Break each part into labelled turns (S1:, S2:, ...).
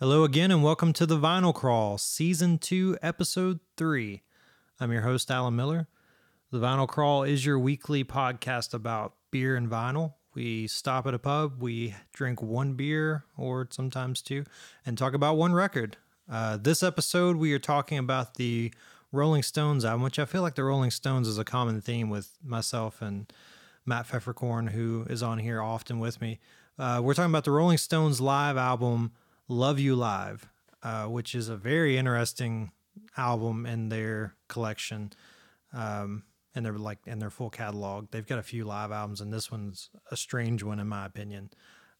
S1: Hello again, and welcome to the Vinyl Crawl, Season 2, Episode 3. I'm your host, Alan Miller. The Vinyl Crawl is your weekly podcast about beer and vinyl. We stop at a pub, we drink one beer or sometimes two, and talk about one record. Uh, this episode, we are talking about the Rolling Stones album, which I feel like the Rolling Stones is a common theme with myself and Matt Pfeffercorn, who is on here often with me. Uh, we're talking about the Rolling Stones live album, Love You Live, uh, which is a very interesting album in their collection. Um, and they're like in their full catalog. They've got a few live albums, and this one's a strange one, in my opinion.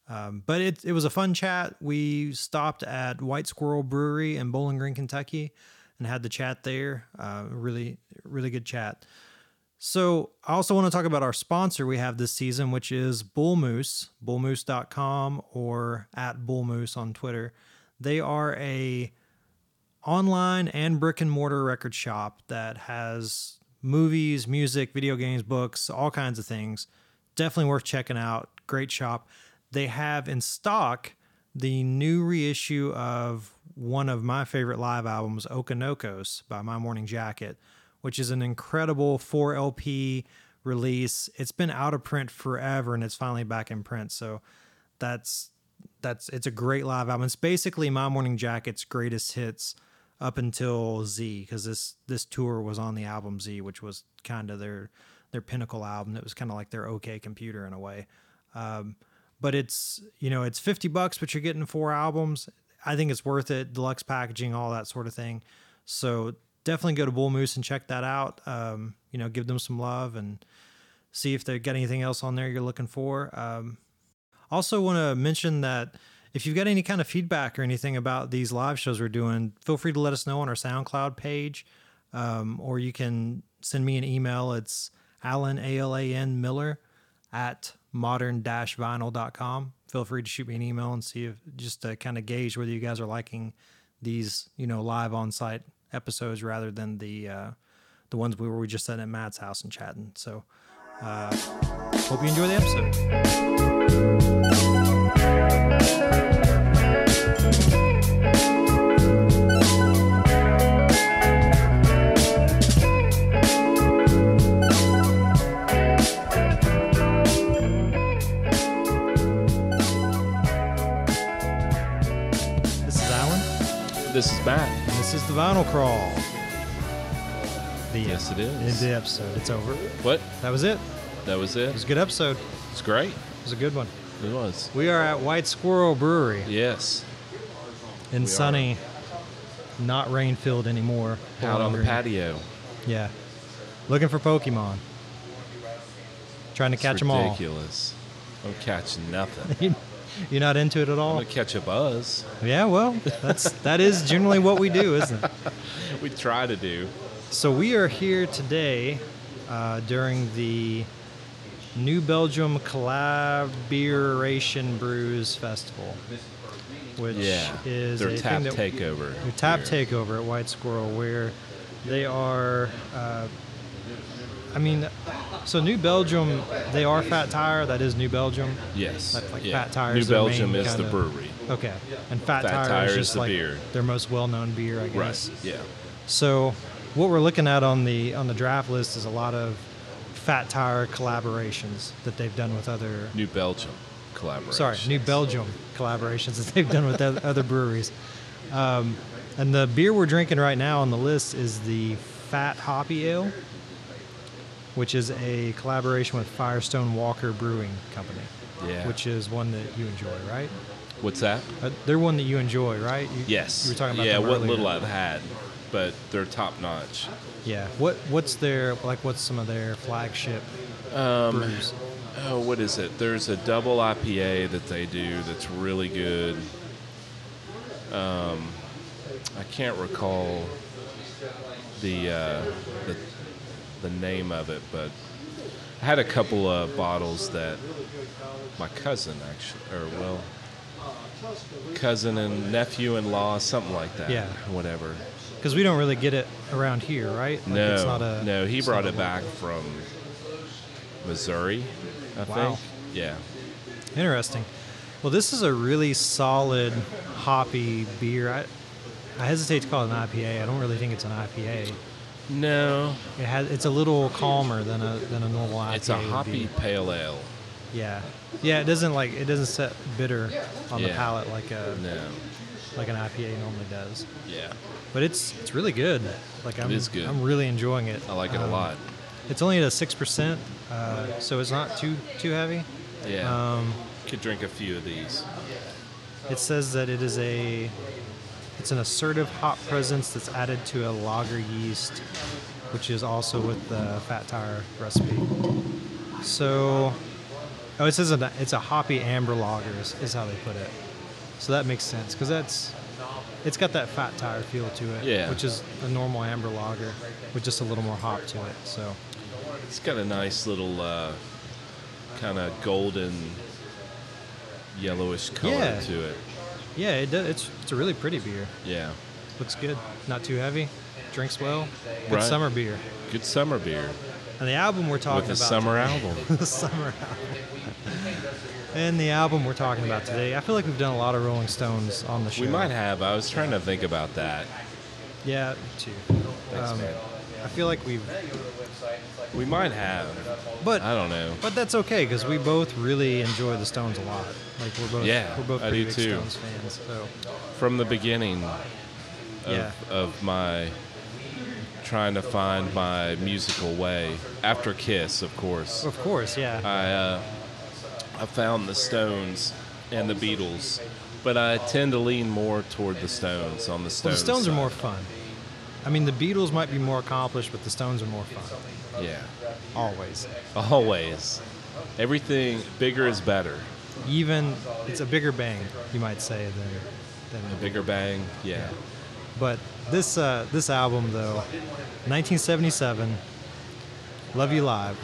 S1: Um, but it, it was a fun chat. We stopped at White Squirrel Brewery in Bowling Green, Kentucky, and had the chat there. Uh, really, really good chat. So I also want to talk about our sponsor we have this season, which is Bull Moose, bullmoose.com or at Bull Moose on Twitter. They are a online and brick and mortar record shop that has movies, music, video games, books, all kinds of things. Definitely worth checking out. Great shop. They have in stock the new reissue of one of my favorite live albums, Okanokos by My Morning Jacket, which is an incredible 4 LP release. It's been out of print forever and it's finally back in print. So that's that's it's a great live album. It's basically My Morning Jacket's greatest hits up until Z because this this tour was on the album Z, which was kind of their their pinnacle album. It was kind of like their OK Computer in a way. Um, but it's you know it's fifty bucks, but you're getting four albums. I think it's worth it. Deluxe packaging, all that sort of thing. So definitely go to Bull Moose and check that out. Um, you know, give them some love and see if they've got anything else on there you're looking for. Um, also, want to mention that if you've got any kind of feedback or anything about these live shows we're doing, feel free to let us know on our SoundCloud page, um, or you can send me an email. It's Alan A L A N Miller at modern vinyl.com. Feel free to shoot me an email and see if just to kind of gauge whether you guys are liking these, you know, live on site episodes rather than the uh, the ones we were we just sitting at Matt's house and chatting. So uh, hope you enjoy the episode. This is Alan.
S2: This is Matt.
S1: This is the vinyl crawl. The
S2: Yes, it is.
S1: end of the episode. It's over.
S2: What?
S1: That was it.
S2: That was
S1: It was a
S2: it.
S1: good episode.
S2: It's great.
S1: It was a good one.
S2: It was.
S1: We are at White Squirrel Brewery
S2: Yes.
S1: in sunny, not rain filled anymore.
S2: Out on the
S1: Green.
S2: patio.
S1: Yeah. Looking for Pokemon. Trying to
S2: It's
S1: catch
S2: ridiculous. I'm catching nothing.
S1: them all. You're not into it at
S2: I'm
S1: all.
S2: gonna catch a buzz.
S1: Yeah, well, that's that is generally what we do, isn't it?
S2: We try to do.
S1: So we are here today uh, during the New Belgium Collaboration Brews Festival, which
S2: Yeah.
S1: is
S2: Their
S1: a
S2: tap
S1: thing that,
S2: takeover.
S1: their tap
S2: here.
S1: takeover at White Squirrel, where they are. Uh, I mean, so New Belgium, they are Fat Tire. That is New Belgium.
S2: Yes.
S1: Like- like
S2: yeah.
S1: Fat Tire
S2: New
S1: is their main
S2: Belgium is the
S1: kinda-
S2: brewery.
S1: Okay, and Fat,
S2: Fat
S1: Tire,
S2: Tire
S1: is
S2: is
S1: just
S2: the
S1: like
S2: beer.
S1: their most well-known beer, I guess.
S2: Right. Yeah.
S1: So, what we're looking at on the on the draft list is a lot of Fat Tire collaborations that they've done with other.
S2: New Belgium collaboration.
S1: Sorry, New Belgium collaborations that they've done with oth- other breweries. Um, and the beer we're drinking right now on the list is the Fat Hoppy Ale, which is a collaboration with Firestone Walker Brewing Company,
S2: Yeah.
S1: which is one that you enjoy, right?
S2: What's that?
S1: Uh, they're one that you enjoy, right? You,
S2: Yes.
S1: You were talking about
S2: yeah.
S1: them
S2: What
S1: earlier.
S2: little I've had, but they're top notch.
S1: Yeah. What What's their like? What's some of their flagship
S2: Um,
S1: brews?
S2: Oh, what is it? There's a double IPA that they do that's really good. Um, I can't recall the, uh, the the name of it, but I had a couple of bottles that my cousin actually, or well, cousin and nephew in law, something like that.
S1: Yeah.
S2: whatever.
S1: Because we don't really get it around here, right? Like,
S2: no,
S1: it's not a-
S2: no, he
S1: it's
S2: brought
S1: not
S2: it
S1: a-
S2: back from Missouri, I
S1: Wow.
S2: think. Yeah.
S1: Interesting. Well, this is a really solid hoppy beer. I, I hesitate to call it an IPA. I don't really think it's an IPA.
S2: No,
S1: It has it's a little calmer than a than a normal IPA.
S2: it's a
S1: would
S2: hoppy
S1: be.
S2: pale ale.
S1: Yeah, yeah. It doesn't like it doesn't set bitter on the
S2: Yeah.
S1: palate like a
S2: No,
S1: like an IPA normally does.
S2: yeah,
S1: But it's it's really good. Like I'm
S2: is good.
S1: I'm really enjoying it.
S2: I like it a
S1: Um,
S2: lot.
S1: It's only at a six percent, uh, so it's not too too heavy.
S2: Yeah,
S1: Um,
S2: could drink a few of these.
S1: It says that it is a it's an assertive hop presence that's added to a lager yeast, which is also with the fat tire recipe. So oh it says an, it's a hoppy amber lager is, is how they put it. So that makes sense because that's it's got that fat tire feel to it,
S2: Yeah.
S1: which is a normal amber lager with just a little more hop to it. So
S2: It's got a nice little uh, kind of golden yellowish color
S1: Yeah.
S2: to it.
S1: yeah, it does, it's it's a really pretty beer.
S2: Yeah,
S1: Looks good, not too heavy, drinks well. Good
S2: Right.
S1: summer beer.
S2: good summer beer
S1: And the album we're talking
S2: with a
S1: about
S2: summer album.
S1: the summer album. and the album we're talking about today. I feel like we've done a lot of Rolling Stones on the show.
S2: We might have. I was trying to think about that.
S1: Yeah, me too.
S2: Thanks,
S1: Um,
S2: man.
S1: I feel like we've,
S2: We might have.
S1: but
S2: I don't know.
S1: but that's okay because we both really enjoy the Stones a lot. Like we're both
S2: Yeah,
S1: we're both
S2: I
S1: pretty
S2: do
S1: big
S2: too.
S1: Stones fans. So
S2: From the beginning of,
S1: Yeah.
S2: of my trying to find my musical way, after Kiss, of course,
S1: of course, yeah,
S2: I, uh, I found the Stones and the Beatles. But I tend to lean more toward the Stones on the
S1: well, the
S2: Stones.
S1: Stones are
S2: side.
S1: more fun. I mean, the Beatles might be more accomplished, but the Stones are more fun.
S2: Yeah.
S1: Always.
S2: Always. Everything bigger is better.
S1: Even it's a bigger bang, you might say, than than
S2: A bigger bang. Yeah.
S1: But this uh, this album though, 1977, Love You Live.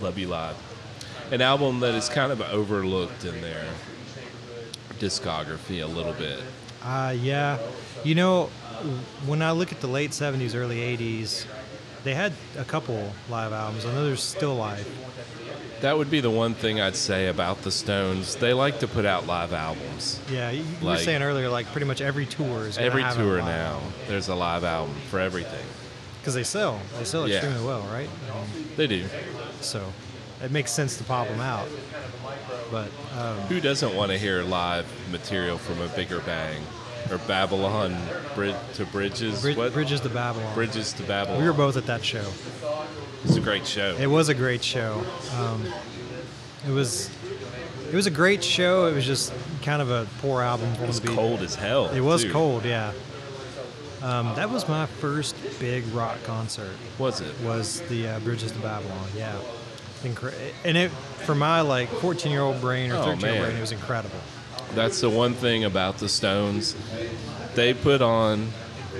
S2: Love You Live. An album that is kind of overlooked in their discography a little bit.
S1: Uh, yeah, you know, when I look at the late 70s, early 80s, they had a couple live albums. I know there's Still Life.
S2: That would be the one thing I'd say about the Stones. They like to put out live albums.
S1: Yeah, you you were
S2: Like-
S1: saying earlier, like pretty much every tour is gonna
S2: Every
S1: have
S2: tour now, there's a live album for everything.
S1: because they sell, they sell
S2: Yeah.
S1: extremely well, right? Um,
S2: They do.
S1: so it makes sense to pop them out. But um,
S2: Who doesn't want to hear live material from a bigger bang or Babylon Brid- to Bridges?
S1: Brid-
S2: What?
S1: Bridges to Babylon.
S2: Bridges to Babylon.
S1: we were both at that show.
S2: It's a great show.
S1: It was a great show. Um, it was it was a great show. It was just kind of a poor album for
S2: It was
S1: them to be.
S2: cold as hell.
S1: It was
S2: too.
S1: cold, yeah. Um, that was my first big rock concert.
S2: Was it?
S1: Was the uh, Bridges to Babylon? Yeah, Incre- and it for my like 14 year old brain or
S2: Oh,
S1: 13 year old
S2: man.
S1: brain, it was incredible.
S2: That's the one thing about the Stones. They put on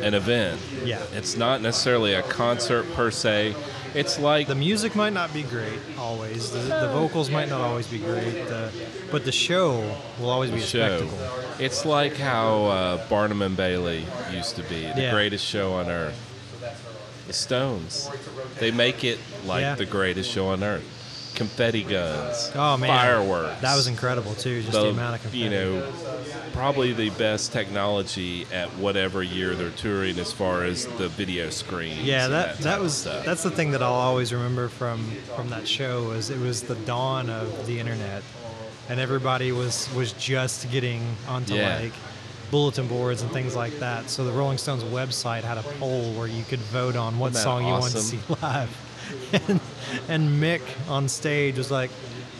S2: an event.
S1: Yeah.
S2: It's not necessarily a concert per se. It's like
S1: The music might not be great always. The, the vocals might not always be great. The, but the show will always be a
S2: show.
S1: spectacle.
S2: It's like how uh, Barnum and Bailey used to be, the
S1: Yeah.
S2: greatest show on earth. The Stones. They make it like
S1: Yeah.
S2: the greatest show on earth. Confetti guns.
S1: Oh man,
S2: Fireworks.
S1: That was incredible too. Just the,
S2: the-
S1: amount of confetti.
S2: you know probably the best technology at whatever year they're touring as far as the video screen
S1: yeah, that
S2: that
S1: that was
S2: stuff.
S1: that's the thing that I'll always remember from from that show was it was the dawn of the internet, and everybody was was just getting onto
S2: Yeah.
S1: like bulletin boards and things like that. So the Rolling Stones website had a poll where you could vote on what
S2: Isn't that
S1: song you wanted to
S2: awesome?
S1: see live, and, and Mick on stage was like.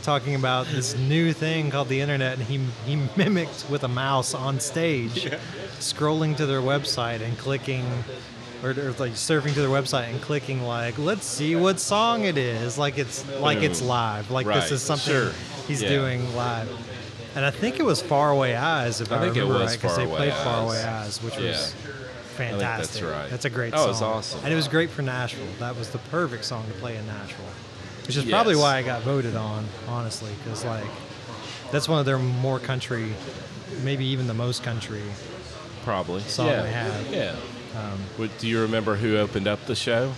S1: Talking about this new thing called the internet, and he he mimicked with a mouse on stage, scrolling to their website and clicking or, or like surfing to their website and clicking like let's see what song it is like it's like it's
S2: Boom.
S1: live like this
S2: Right,
S1: is something
S2: sure.
S1: he's
S2: Yeah.
S1: doing live and i think it was faraway eyes if i,
S2: I think it
S1: remember
S2: was
S1: right because they
S2: Faraway
S1: played
S2: Eyes.
S1: faraway eyes which
S2: Yeah.
S1: was
S2: that's
S1: fantastic
S2: right.
S1: that's a great
S2: Oh,
S1: song
S2: it was awesome.
S1: and it was great for nashville that was the perfect song to play in nashville which is probably
S2: Yes.
S1: why i got voted on honestly because like that's one of their more country maybe even the most country
S2: probably
S1: song
S2: yeah
S1: they had. Um,
S2: yeah Would- do you remember who opened up the show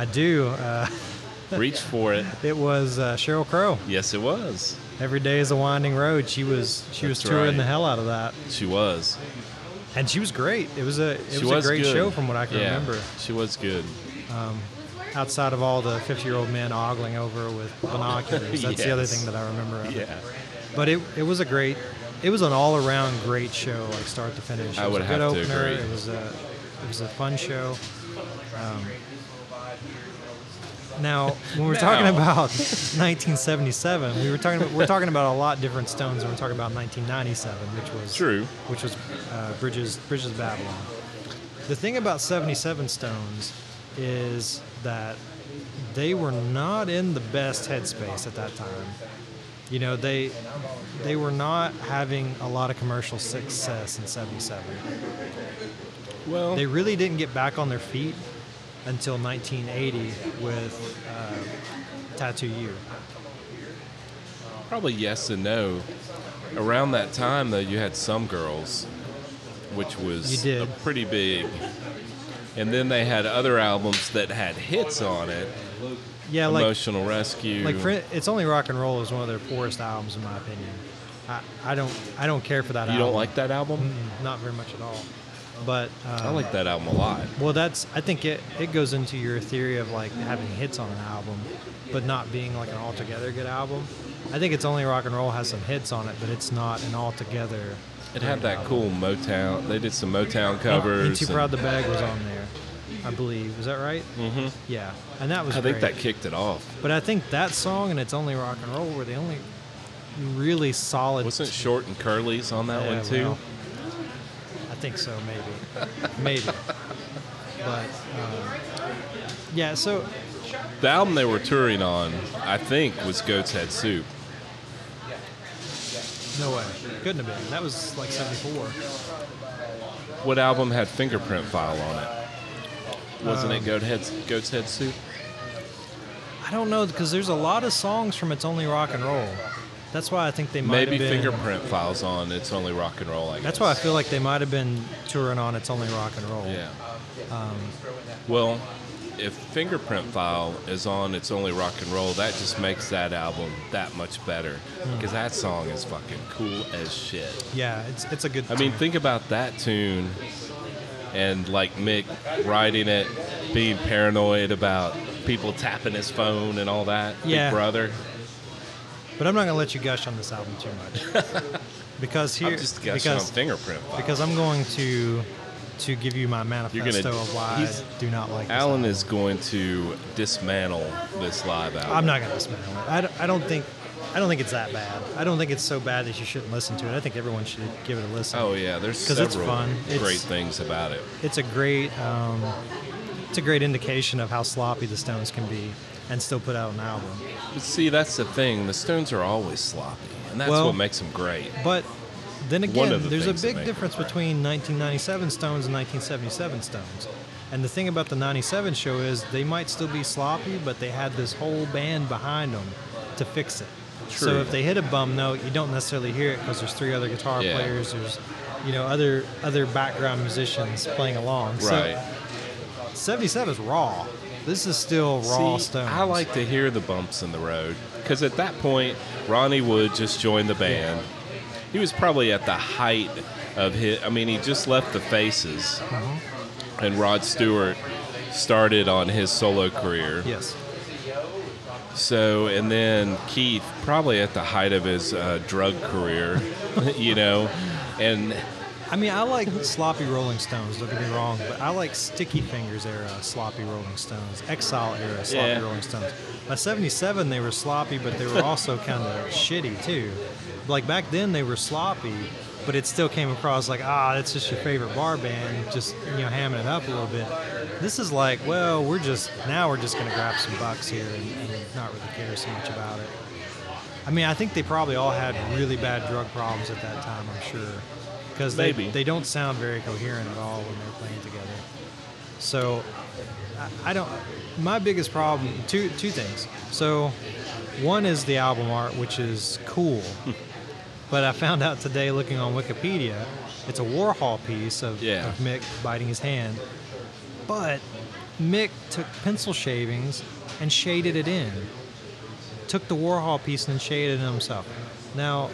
S1: i do uh,
S2: reach for it
S1: it was uh, cheryl crow
S2: yes it was
S1: Every day is a winding road. She was she was
S2: That's
S1: touring
S2: right.
S1: the hell out of that,
S2: She was.
S1: and she was great. It was a it
S2: she
S1: was, a great
S2: good.
S1: show from what I can
S2: Yeah,
S1: remember.
S2: She was good.
S1: Outside of all the fifty year old men ogling over with binoculars, that's the other
S2: Yes.
S1: thing that I remember. Of it.
S2: Yeah.
S1: But it it was a great, it was an all around great show, like start to finish. It
S2: I
S1: was
S2: would
S1: a
S2: have
S1: good
S2: to
S1: opener.
S2: agree.
S1: It was a it was a fun show. Um, now, when we're talking
S2: Now.
S1: about 1977, we were talking about, we're talking about a lot different Stones, and we're talking about 1997, which was
S2: True.
S1: which was uh, Bridges Bridges of Babylon. The thing about 77 Stones is that they were not in the best headspace at that time. You know, they they were not having a lot of commercial success in 77.
S2: Well,
S1: They really didn't get back on their feet until 1980 with uh, Tattoo You.
S2: probably yes and no. Around that time, though, you had some girls, which was
S1: You did.
S2: a pretty big. And then they had other albums that had hits on it.
S1: Yeah, like
S2: Emotional Rescue.
S1: Like for, it's only rock and roll is one of their poorest albums in my opinion. I, I don't I don't care for that.
S2: you
S1: album.
S2: don't like that album?
S1: Mm, not very much at all. But um,
S2: I like that album a lot.
S1: Well, that's I think it it goes into your theory of like having hits on an album, but not being like an altogether good album. I think it's only rock and roll has some hits on it, but it's not an altogether.
S2: It had that
S1: album.
S2: cool Motown. They did some Motown covers.
S1: Oh, Ain't Too
S2: and-
S1: Proud the Bag was on there, I believe. Was that right? Mm-hmm. Yeah, and that was.
S2: I think
S1: great.
S2: that kicked it off.
S1: But I think that song and it's only rock and roll were the only really solid.
S2: Wasn't Short and Curly's on that
S1: Yeah,
S2: one too?
S1: well, I think so, maybe, maybe. But um, yeah, so
S2: The album they were touring on, I think, was Goat's Head Soup.
S1: no way, couldn't have been. That was like '74.
S2: What album had Fingerprint File on it? Wasn't
S1: Um,
S2: it Goat Head, Goat's Head Soup?
S1: I don't know because there's a lot of songs from It's Only Rock and Roll. That's why I think they might
S2: Maybe
S1: have been.
S2: Fingerprint File's on It's Only Rock and Roll, I guess.
S1: That's why I feel like they might have been touring on It's Only Rock and Roll.
S2: Yeah.
S1: Um,
S2: well, if Fingerprint File is on It's Only Rock and Roll, that just makes that album that much better.
S1: Hmm.
S2: Because that song is fucking cool as shit.
S1: Yeah, it's it's a good.
S2: I mean,
S1: tune.
S2: think about that tune and like Mick writing it, being paranoid about people tapping his phone and all that.
S1: Yeah.
S2: Big brother.
S1: but I'm not gonna let you gush on this album too much because here
S2: I'm just guessing on
S1: because
S2: fingerprint. File.
S1: because I'm going to to give you my manifesto of why
S2: he's-
S1: I do not like this
S2: Alan is going to dismantle this live album.
S1: I'm not gonna dismantle it. I don't, I don't think I don't think it's that bad. I don't think it's so bad that you shouldn't listen to it. I think everyone should give it a listen.
S2: Oh yeah, there's
S1: 'Cause
S2: several
S1: it's fun. It's-
S2: great things about it.
S1: It's a great um, it's a great indication of how sloppy the Stones can be and still put out an album.
S2: But see, that's the thing. The Stones are always sloppy, and that's
S1: Well-
S2: what makes them great.
S1: But then again,
S2: of the
S1: there's a
S2: things that
S1: big
S2: make
S1: difference
S2: them great.
S1: between 1997 Stones and 1977 Stones. And the thing about the 97 show is they might still be sloppy, but they had this whole band behind them to fix it. So
S2: True.
S1: if they hit a bum note, you don't necessarily hear it because there's three other guitar
S2: Yeah.
S1: players, there's you know other other background musicians playing along.
S2: Right.
S1: So 77 is raw. This is still raw
S2: See,
S1: Stones.
S2: I like to hear the bumps in the road because at that point, Ronnie Wood just joined the band. He was probably at the height of his. I mean, he just left the Faces,
S1: Uh-huh.
S2: and Rod Stewart started on his solo career.
S1: yes.
S2: So, and then Keith probably at the height of his uh, drug career, you know, and
S1: I mean, I like sloppy Rolling Stones. Don't get me wrong, but I like Sticky Fingers era sloppy Rolling Stones, Exile era sloppy
S2: Yeah.
S1: Rolling Stones. By '77, they were sloppy, but they were also kind of shitty too. Like back then, they were sloppy, but it still came across like, ah, that's just your favorite bar band, just you know, hamming it up a little bit. This is like, well, we're just now we're just gonna grab some bucks here and, and not really care so much about it. I mean, I think they probably all had really bad drug problems at that time. I'm sure, because they
S2: Maybe.
S1: they don't sound very coherent at all when they're playing together. So, I, I don't. My biggest problem two two things. So, one is the album art, which is cool, but I found out today looking on Wikipedia, it's a Warhol piece of,
S2: Yeah.
S1: of Mick biting his hand, but Mick took pencil shavings and shaded it in took the Warhol piece and shaded it himself. Now,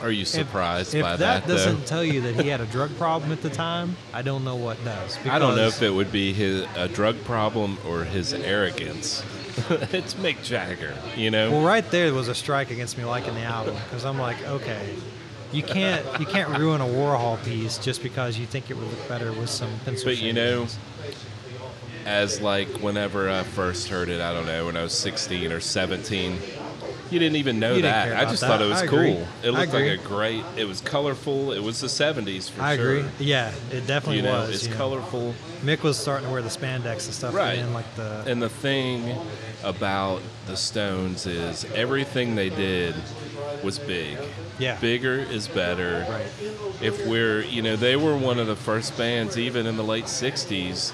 S2: Are you surprised
S1: if
S2: by
S1: that,
S2: that, though?
S1: doesn't tell you that he had a drug problem at the time, I don't know what does.
S2: I don't know
S1: because-
S2: if it would be his a drug problem or his arrogance. it's Mick Jagger, you know.
S1: Well, right there was a strike against me liking the album because I'm like, okay, you can't you can't ruin a Warhol piece just because you think it would look better with some pencil.
S2: But you
S1: shading.
S2: know, as like whenever I first heard it, I don't know, when I was 16 or 17, you didn't even know
S1: You didn't
S2: that.
S1: care
S2: I
S1: about
S2: just
S1: that.
S2: thought it was
S1: I agree.
S2: cool. It
S1: I
S2: looked like
S1: agree.
S2: a great, it was colorful. It was the 70s for
S1: I
S2: sure.
S1: agree. Yeah, it definitely
S2: You know,
S1: was.
S2: it's
S1: you know.
S2: colorful.
S1: Mick was starting to wear the spandex and stuff,
S2: Right.
S1: And then, like the
S2: And the thing about the Stones is everything they did was big.
S1: Yeah.
S2: Bigger is better.
S1: right,
S2: if we're you know they were one of the first bands even in the late 60s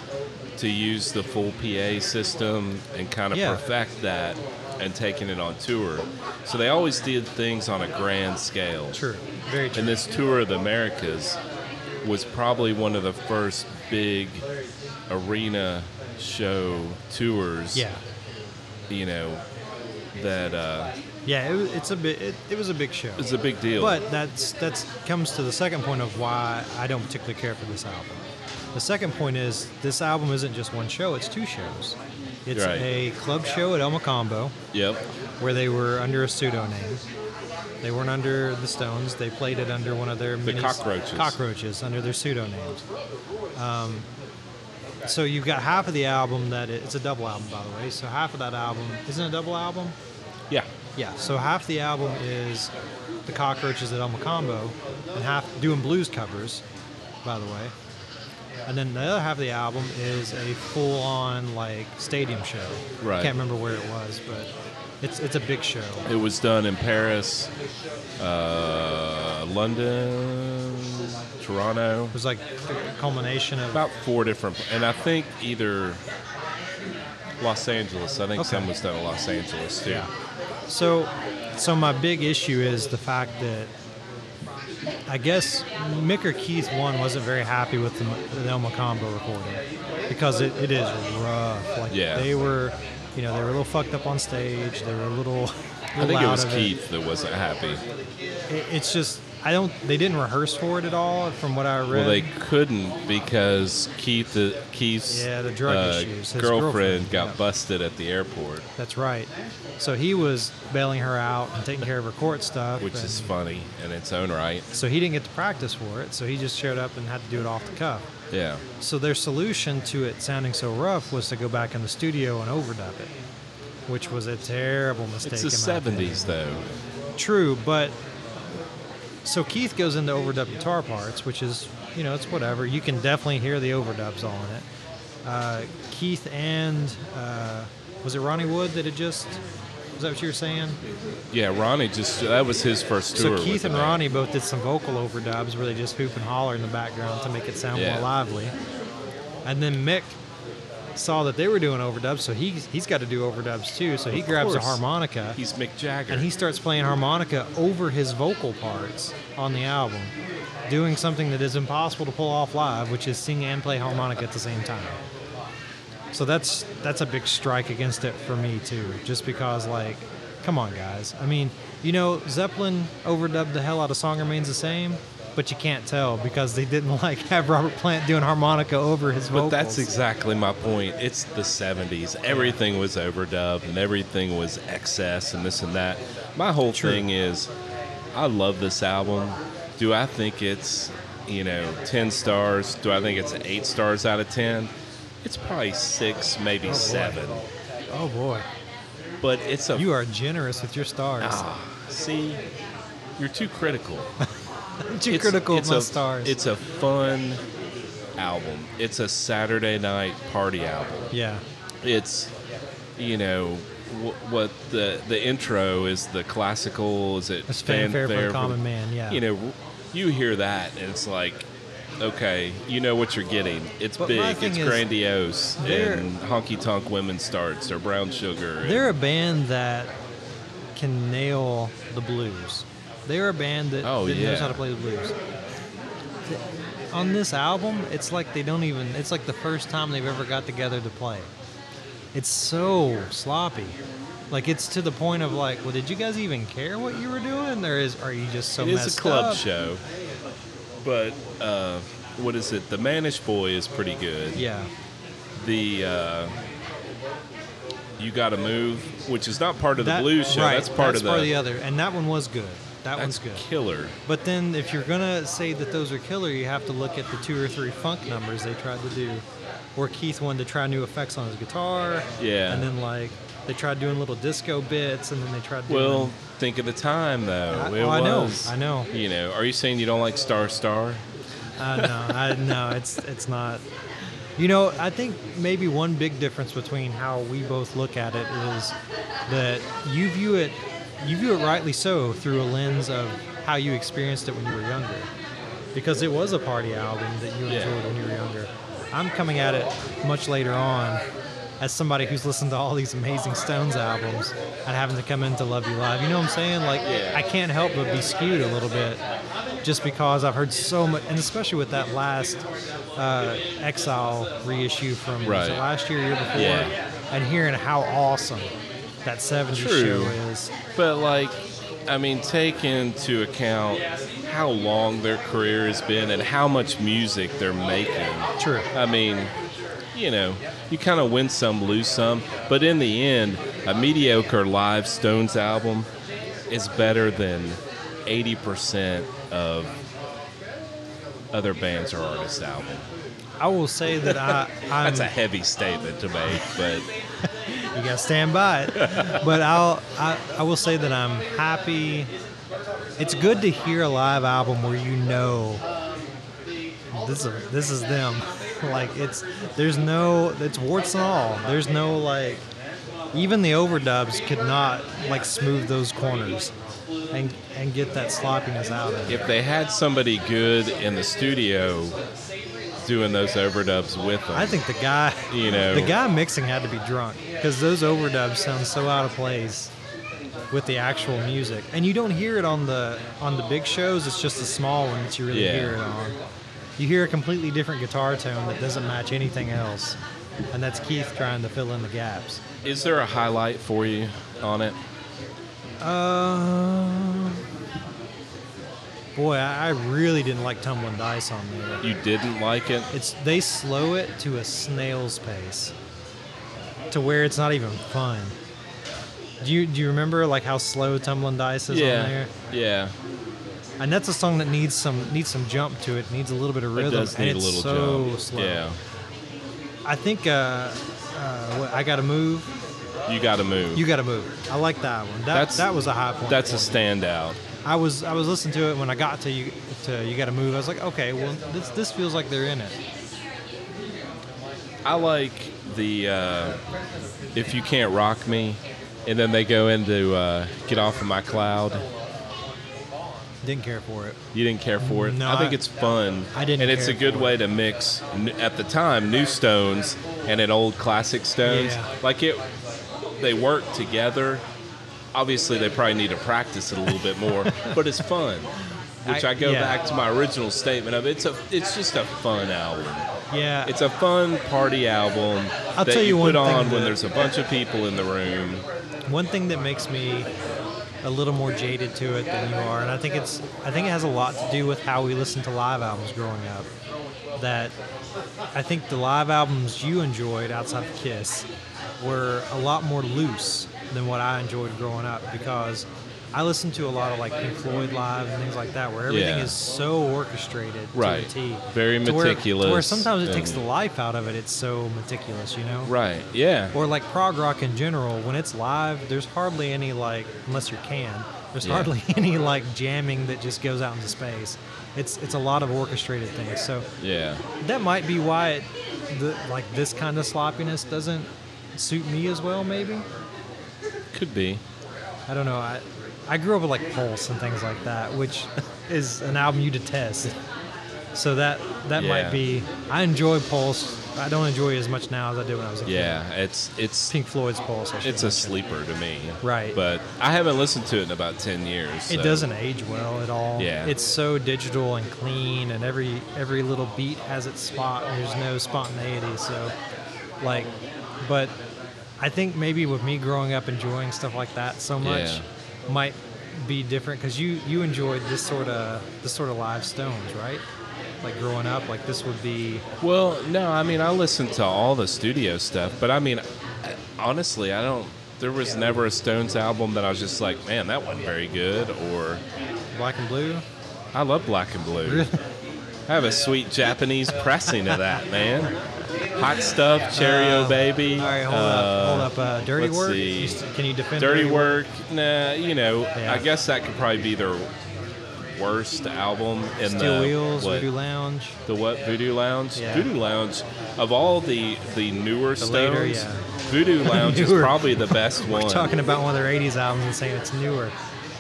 S2: to use the full pa system and kind of
S1: Yeah.
S2: perfect that and taking it on tour so they always did things on a grand scale
S1: true, very true.
S2: and this tour of the americas was probably one of the first big arena show tours
S1: yeah,
S2: you know that uh,
S1: yeah. It, was- it's a bit. It, it was a big show.
S2: is a big deal
S1: But that's that's comes to the second point of why I don't particularly care for this album. The second point is this album isn't just one show; it's two shows. It's
S2: Right.
S1: a club show at El Macombo
S2: yep
S1: where they were under a pseudonym. They weren't under the Stones. They played it under one of their the
S2: Cockroaches.
S1: Cockroaches under their pseudonyms. Um, so you've got half of the album that it, it's a double album, by the way. So half of that album isn't it a double album.
S2: yeah
S1: Yeah, so half the album is the cockroaches at El Macombo, and half doing blues covers, by the way. And then the other half of the album is a full-on like stadium show.
S2: Right.
S1: Can't remember where it was, but it's it's a big show.
S2: It was done in Paris, uh, London, Toronto,
S1: It was like the culmination of
S2: about four different, and I think either Los Angeles. I think
S1: Okay.
S2: some was done in Los Angeles too.
S1: Yeah. So, so my big issue is the fact that I guess Mick or Keith one wasn't very happy with the, the Elma combo recording because it, it is rough. Like
S2: Yeah.
S1: they were, you know, they were a little fucked up on stage. They were a little.
S2: I think it
S1: little
S2: was
S1: out of
S2: Keith that wasn't happy.
S1: It- It's just I don't. They didn't rehearse for it at all, from what I read.
S2: Well, they couldn't because Keith, uh, Keith's
S1: Yeah, the drug
S2: uh,
S1: issues, his
S2: girlfriend,
S1: girlfriend,
S2: got
S1: yeah.
S2: busted at the airport,
S1: That's right. So he was bailing her out and taking care of her court stuff,
S2: which is
S1: and-
S2: funny in its own right.
S1: So he didn't get to practice for it. So he just showed up and had to do it off the cuff.
S2: Yeah,
S1: So their solution to it sounding so rough was to go back in the studio and overdub it, which was a terrible mistake.
S2: it's the
S1: in my opinion.
S2: '70s though.
S1: True, but so Keith goes into overdub guitar parts, which is you know it's whatever. You can definitely hear the overdubs all in it. Uh, Keith and uh, was it Ronnie Wood that had just was that what you were saying?
S2: Yeah, Ronnie just—that was his first tour.
S1: So
S2: with
S1: Keith
S2: the
S1: and
S2: band.
S1: Ronnie both did some vocal overdubs where they just hoop and holler in the background to make it sound
S2: Yeah.
S1: more lively. And then Mick saw that they were doing overdubs, so he he's got to do overdubs too. So he
S2: Of
S1: grabs
S2: course.
S1: a harmonica
S2: He's Mick Jagger.
S1: and he starts playing harmonica over his vocal parts on the album, doing something that is impossible to pull off live, which is sing and play harmonica at the same time. So that's that's a big strike against it for me too, just because like, come on guys. I mean, you know, Zeppelin overdubbed the hell out of "Song Remains the Same," but you can't tell because they didn't like have Robert Plant doing harmonica over his
S2: But
S1: vocals.
S2: that's exactly my point. It's the 70s. Everything was overdubbed and everything was excess and this and that. My whole
S1: True.
S2: thing is I love this album. Do I think it's, you know, 10 stars? Do I think it's 8 stars out of 10? It's probably 6, maybe 7.
S1: oh boy,
S2: But it's a
S1: you are generous with your stars.
S2: See, you're too critical.
S1: Too critical of my
S2: a,
S1: stars.
S2: It's a fun album. It's a Saturday night party album.
S1: yeah.
S2: it's you know wh- what the the intro is the classical is it
S1: It's fanfare, for the
S2: for-
S1: common man. Yeah.
S2: you know you hear that and it's like okay you know what you're getting it's
S1: But my
S2: big
S1: thing
S2: it's
S1: is,
S2: grandiose
S1: they're-
S2: and honky tonk women starts or brown sugar and-
S1: they're a band that can nail the blues. They're a band that,
S2: Oh,
S1: that knows
S2: yeah.
S1: how to play the blues. Th- On this album, it's like they don't even. It's like the first time they've ever got together to play. It's so sloppy. Like it's to the point of like, well, did you guys even care what you were doing? Or is are you just so
S2: It
S1: messed
S2: is a club
S1: up?
S2: show, but uh, what is it? The Manish Boy is pretty good.
S1: Yeah,
S2: The uh, You Gotta Move, which is not part of
S1: That-
S2: the blues show.
S1: right,
S2: that's part of the.
S1: part of the other, and that one was good. That one's
S2: that's
S1: good.
S2: killer.
S1: But then, if you're gonna say that those are killer, you have to look at the two or three funk numbers they tried to do, or Keith wanted to try new effects on his guitar.
S2: Yeah.
S1: And then like they tried doing little disco bits, and then they tried doing.
S2: Well, think of the time though.
S1: I-
S2: it
S1: oh, I know,
S2: was,
S1: I know.
S2: You know, are you saying you don't like Star Star?
S1: I know, I know, it's it's not. You know, I think maybe one big difference between how we both look at it is that you view it, you view it rightly so through a lens of how you experienced it when you were younger, because it was a party album that you
S2: Yeah.
S1: enjoyed when you were younger. I'm coming at it much later on as somebody who's listened to all these amazing Stones albums and having to come into Love You Live. You know what I'm saying? Like,
S2: Yeah.
S1: I can't help but be skewed a little bit just because I've heard so much, and especially with that last uh, Exile reissue from was
S2: Right.
S1: it last year, year before,
S2: Yeah.
S1: and hearing how awesome that 70s
S2: True.
S1: show is.
S2: But like, I mean, take into account how long their career has been and how much music they're making.
S1: True.
S2: I mean, you know, you kind of win some, lose some, but in the end, a mediocre live Stones album is better than 80% of other bands or artists' albums.
S1: I will say that I, I'm.
S2: That's a heavy statement to make, but
S1: you gotta stand by it. but I'll I, I will say that I'm happy. It's good to hear a live album where you know this is this is them. like it's there's no it's warts and all. There's no like even the overdubs could not like smooth those corners and and get that sloppiness out of it.
S2: if they had somebody good in the studio doing those overdubs with them,
S1: I think the guy,
S2: You know.
S1: the guy mixing had to be drunk because those overdubs sound so out of place with the actual music, and you don't hear it on the on the big shows. It's just the small ones that you really
S2: Yeah.
S1: hear it on. You hear a completely different guitar tone that doesn't match anything else, and that's Keith trying to fill in the gaps.
S2: is there a highlight for you on it?
S1: Uh, boy, I, I really didn't like tumbling dice on there.
S2: You didn't like it?
S1: It's they slow it to a snail's pace, to where it's not even fun. Do you do you remember like how slow Tumbling Dice is on
S2: Yeah,
S1: there?
S2: yeah.
S1: And that's a song that needs some needs some jump to it. Needs a little bit of
S2: It
S1: rhythm.
S2: does
S1: and
S2: need a
S1: it's
S2: little
S1: so
S2: jump.
S1: slow.
S2: Yeah,
S1: I think uh, uh, what, I gotta move.
S2: you got to move.
S1: You gotta move. I like that one. That
S2: That's-
S1: that was a high point.
S2: That's a
S1: for me.
S2: standout.
S1: I was I was listening to it when I got to you to you gotta move. I was like, okay, well this this feels like they're in it.
S2: I like the uh, if you can't rock me, and then they go into uh, get off of my cloud.
S1: Didn't care for it.
S2: You didn't care for it.
S1: No,
S2: I think
S1: I-
S2: it's fun.
S1: I didn't
S2: And it's a
S1: care
S2: good
S1: for
S2: way to mix n- at the time new stones and an old classic stones.
S1: Yeah.
S2: Like it, they work together. Obviously, they probably need to practice it a little bit more, but it's fun. Which I,
S1: I-
S2: go
S1: yeah.
S2: back to my original statement of it's a it's just a fun album.
S1: Yeah.
S2: It's a fun party album
S1: I'll
S2: that
S1: tell you
S2: you put
S1: one thing
S2: on when
S1: that-
S2: there's a bunch of people in the room.
S1: One thing that makes me a little more jaded to it than you are, and I think it's I think it has a lot to do with how we listened to live albums growing up. That I think the live albums you enjoyed outside of Kiss were a lot more loose than what I enjoyed growing up because I listened to a lot of like Pink Floyd live and things like that where everything
S2: Yeah.
S1: is so orchestrated
S2: Right.
S1: to a T.
S2: Very
S1: To where- to Where,
S2: meticulous
S1: sometimes it takes
S2: and-
S1: the life out of it. It's so meticulous, you know?
S2: Right. Yeah.
S1: or like prog rock in general when it's live there's hardly any like unless you're can there's
S2: Yeah.
S1: hardly any like jamming that just goes out into space it's it's a lot of orchestrated things so
S2: Yeah.
S1: that might be why it the, like this kind of sloppiness doesn't suit me as well maybe
S2: Could be.
S1: i don't know i i grew up with like pulse and things like that which is an album you detest so that that
S2: Yeah.
S1: might be i enjoy pulse i don't enjoy it as much now as i did when i was a kid
S2: Yeah. It's it's
S1: pink floyd's pulse I should
S2: It's a
S1: mention.
S2: sleeper to me.
S1: Right.
S2: But I haven't listened to it in about 10 years.
S1: It
S2: so-
S1: doesn't age well at all.
S2: Yeah.
S1: It's so digital and clean, and every every little beat has its spot. And there's no spontaneity. So, like, but I think maybe with me growing up enjoying stuff like that so much might be different because you you enjoyed this sort of this sort of live stones, right? Like growing up, like this would be
S2: Well, no, I mean I listened to all the studio stuff, but I mean I- honestly, I don't. There was never a Stones album that I was just like, man, that wasn't very good, or
S1: black and blue.
S2: I love Black and Blue. I have a sweet Japanese pressing of that, man. Hot stuff, Cheerio
S1: Uh,
S2: Baby.
S1: All right, hold
S2: uh,
S1: up, hold up. Uh, dirty
S2: let's
S1: work.
S2: see.
S1: You st- Can you defend
S2: Uh, Dirty Work, nah, you know,
S1: Yeah.
S2: I guess that could probably be their worst album in
S1: Steel
S2: the
S1: Wheels,
S2: what,
S1: Voodoo Lounge.
S2: the what Voodoo Lounge.
S1: Yeah.
S2: Voodoo Lounge of all the the newer Stones,
S1: later, yeah.
S2: Voodoo Lounge is
S1: Newer.
S2: probably the best one.
S1: We're talking about one of their '80s albums and saying it's newer.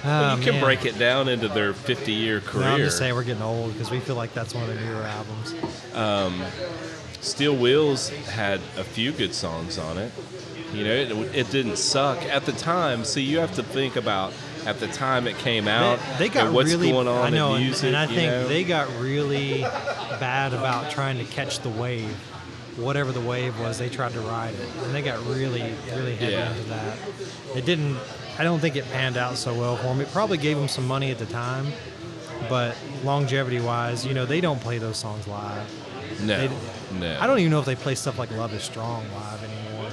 S1: Oh,
S2: you can
S1: man.
S2: break it down into their 50 year
S1: No,
S2: career.
S1: I'm just saying we're getting old because we feel like that's one of their newer albums.
S2: Steel Wheels had a few good songs on it. You know, it, it didn't suck at the time. See, you have to think about at the time it came out.
S1: They, they got
S2: Uh, and what's
S1: really,
S2: going on
S1: I know,
S2: in
S1: and-
S2: music.
S1: and, I
S2: you
S1: think
S2: know?
S1: they got really bad about trying to catch the wave. Whatever the wave was, they tried to ride it, and they got really, really heavy
S2: Yeah.
S1: into that. It didn't. I don't think it panned out so well for them. It probably gave them some money at the time, but longevity-wise, you know, they don't play those songs live.
S2: no,
S1: they-
S2: no.
S1: I don't even know if they play stuff like "Love Is Strong" live anymore.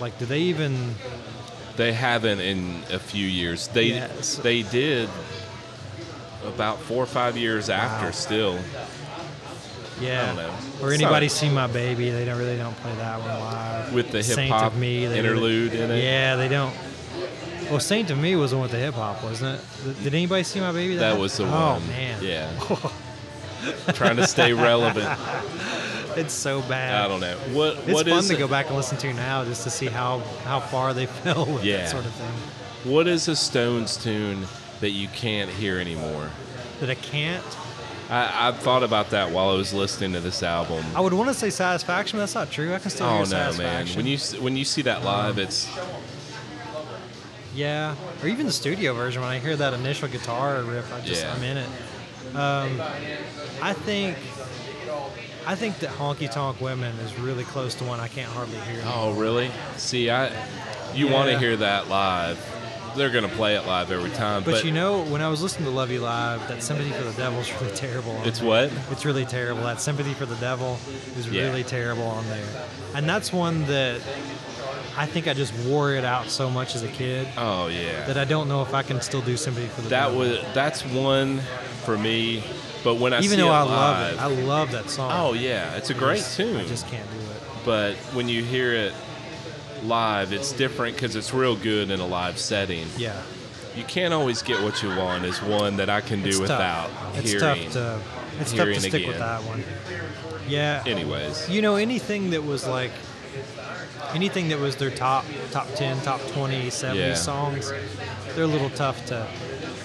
S1: Like, do they even?
S2: They haven't in a few years. They
S1: Yes.
S2: they did about four or five years after.
S1: Wow.
S2: Still,
S1: Yeah.
S2: I don't know.
S1: Or
S2: It's
S1: anybody
S2: not-
S1: see my baby? They don't really don't play that one live.
S2: With the
S1: Saint
S2: hip-hop
S1: of me they really-
S2: interlude in it?
S1: Yeah, they don't. Well, Saint of Me was the one with the hip hop, wasn't it? Th- Did anybody see my baby?
S2: that was the
S1: oh,
S2: one.
S1: Oh man,
S2: yeah. Trying to stay relevant.
S1: it's so bad.
S2: I don't know what
S1: It's
S2: what
S1: fun
S2: is
S1: to
S2: it-
S1: go back and listen to now just to see how how far they fell with
S2: Yeah.
S1: that sort of thing.
S2: what is a Stones tune that you can't hear anymore?
S1: That I can't.
S2: I, I thought about that while I was listening to this album.
S1: I would want to say satisfaction, but that's not true. I can still
S2: Oh
S1: hear
S2: no, man!
S1: satisfaction.
S2: When you s- when you see that live, it's
S1: Yeah, or even the studio version. When I hear that initial guitar riff, I just
S2: Yeah.
S1: I'm in it. Um, I think I think that Honky Tonk Women is really close to one I can't hardly hear.
S2: oh really? See, I you want to
S1: Yeah.
S2: hear that live? They're gonna play it live every time,
S1: but,
S2: but,
S1: you know, when I was listening to Love You Live, that Sympathy for the Devil is really terrible. On
S2: it's
S1: there.
S2: what?
S1: It's really terrible. That Sympathy for the Devil is
S2: Yeah.
S1: really terrible on there, and that's one that I think I just wore it out so much as a kid
S2: Oh yeah,
S1: that I don't know if I can still do Sympathy for the
S2: that
S1: Devil.
S2: was that's one for me. But when I
S1: even
S2: see
S1: though
S2: it
S1: I love
S2: live,
S1: it, I love that song.
S2: oh yeah, it's a great tune.
S1: I just can't do it.
S2: but when you hear it live, it's different because it's real good in a live setting.
S1: Yeah,
S2: You can't always get what you want. Is one that I can do
S1: it's
S2: without
S1: tough. It's
S2: hearing.
S1: tough to it's tough to
S2: hearing
S1: stick with
S2: again.
S1: that one. Yeah,
S2: Anyways,
S1: you know anything that was like anything that was their top top ten, top twenty, seventy
S2: Yeah.
S1: songs, they're a little tough to.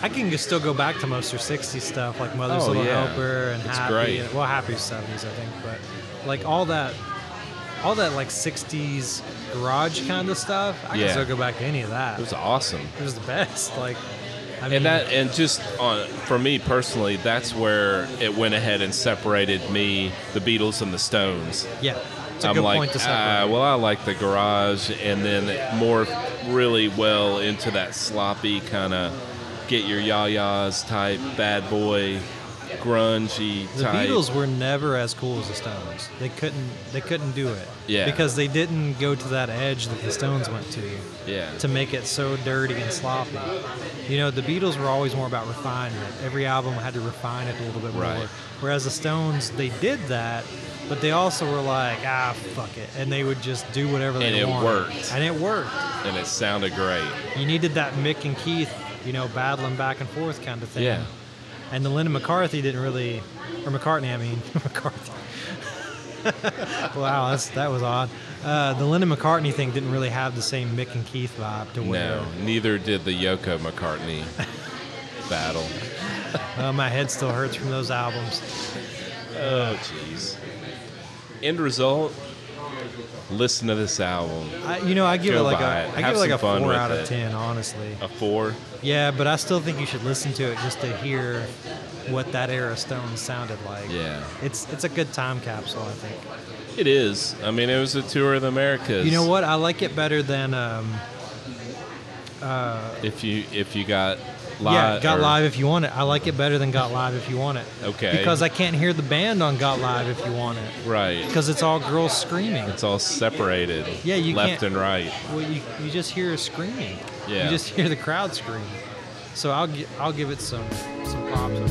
S1: I can just still go back to most of their 60s stuff, like Mother's
S2: Oh,
S1: Little
S2: yeah.
S1: Helper and
S2: It's
S1: Happy.
S2: great.
S1: And, well, Happy's 70s, I think, but like all that, all that like 60s garage kind of stuff, I
S2: Yeah.
S1: can still go back to any of that.
S2: it was awesome.
S1: It was the best. Like, I mean,
S2: And that, and just on for me personally, that's where it went ahead and separated me, the Beatles and the Stones.
S1: yeah, it's a
S2: I'm
S1: good
S2: like,
S1: point to
S2: "Ah,
S1: separate.
S2: well, I like the garage, and then more really well into that sloppy kind of get your yayas type bad boy grungy
S1: the
S2: type.
S1: Beatles were never as cool as the Stones. They couldn't, they couldn't do it.
S2: Yeah.
S1: Because they didn't go to that edge that the Stones went to,
S2: yeah,
S1: to make it so dirty and sloppy. You know, the Beatles were always more about refinement. Every album had to refine it a little bit more.
S2: Right.
S1: Whereas the Stones, they did that, but they also were like, ah, fuck it, and they would just do whatever they
S2: And it
S1: wanted.
S2: worked.
S1: And it worked.
S2: and it sounded great.
S1: you needed that Mick and Keith, you know, battling back and forth kind of thing.
S2: Yeah.
S1: And the Lennon McCarthy didn't really, or McCartney, I mean, McCarthy. wow, that's, that was odd. Uh, the Lennon McCartney thing didn't really have the same Mick and Keith vibe to where
S2: No, neither did the Yoko McCartney battle.
S1: uh, my head still hurts from those albums.
S2: Oh, jeez. End result: listen to this album.
S1: I, you know, I give
S2: Go
S1: it like
S2: buy
S1: a,
S2: it.
S1: I
S2: Have
S1: give it like
S2: some
S1: a
S2: fun
S1: four
S2: with
S1: out of
S2: it.
S1: ten, honestly.
S2: A four.
S1: Yeah, but I still think you should listen to it just to hear what that era Stone sounded like.
S2: Yeah.
S1: It's it's a good time capsule, I think.
S2: It is. I mean, it was a tour of the Americas.
S1: You know what? I like it better than um,
S2: If you if you got
S1: yeah,
S2: live,
S1: Got
S2: or-
S1: Live if you want it. I like it better than Got Live if you want it.
S2: Okay.
S1: Because I can't hear the band on Got Live if you want it.
S2: right?
S1: Because it's all girls screaming.
S2: It's all separated.
S1: Yeah, you
S2: left
S1: can't-
S2: and right.
S1: Well, you, you just hear her screaming.
S2: Yeah.
S1: You just hear the crowd scream. So I'll gi- I'll give it some some props.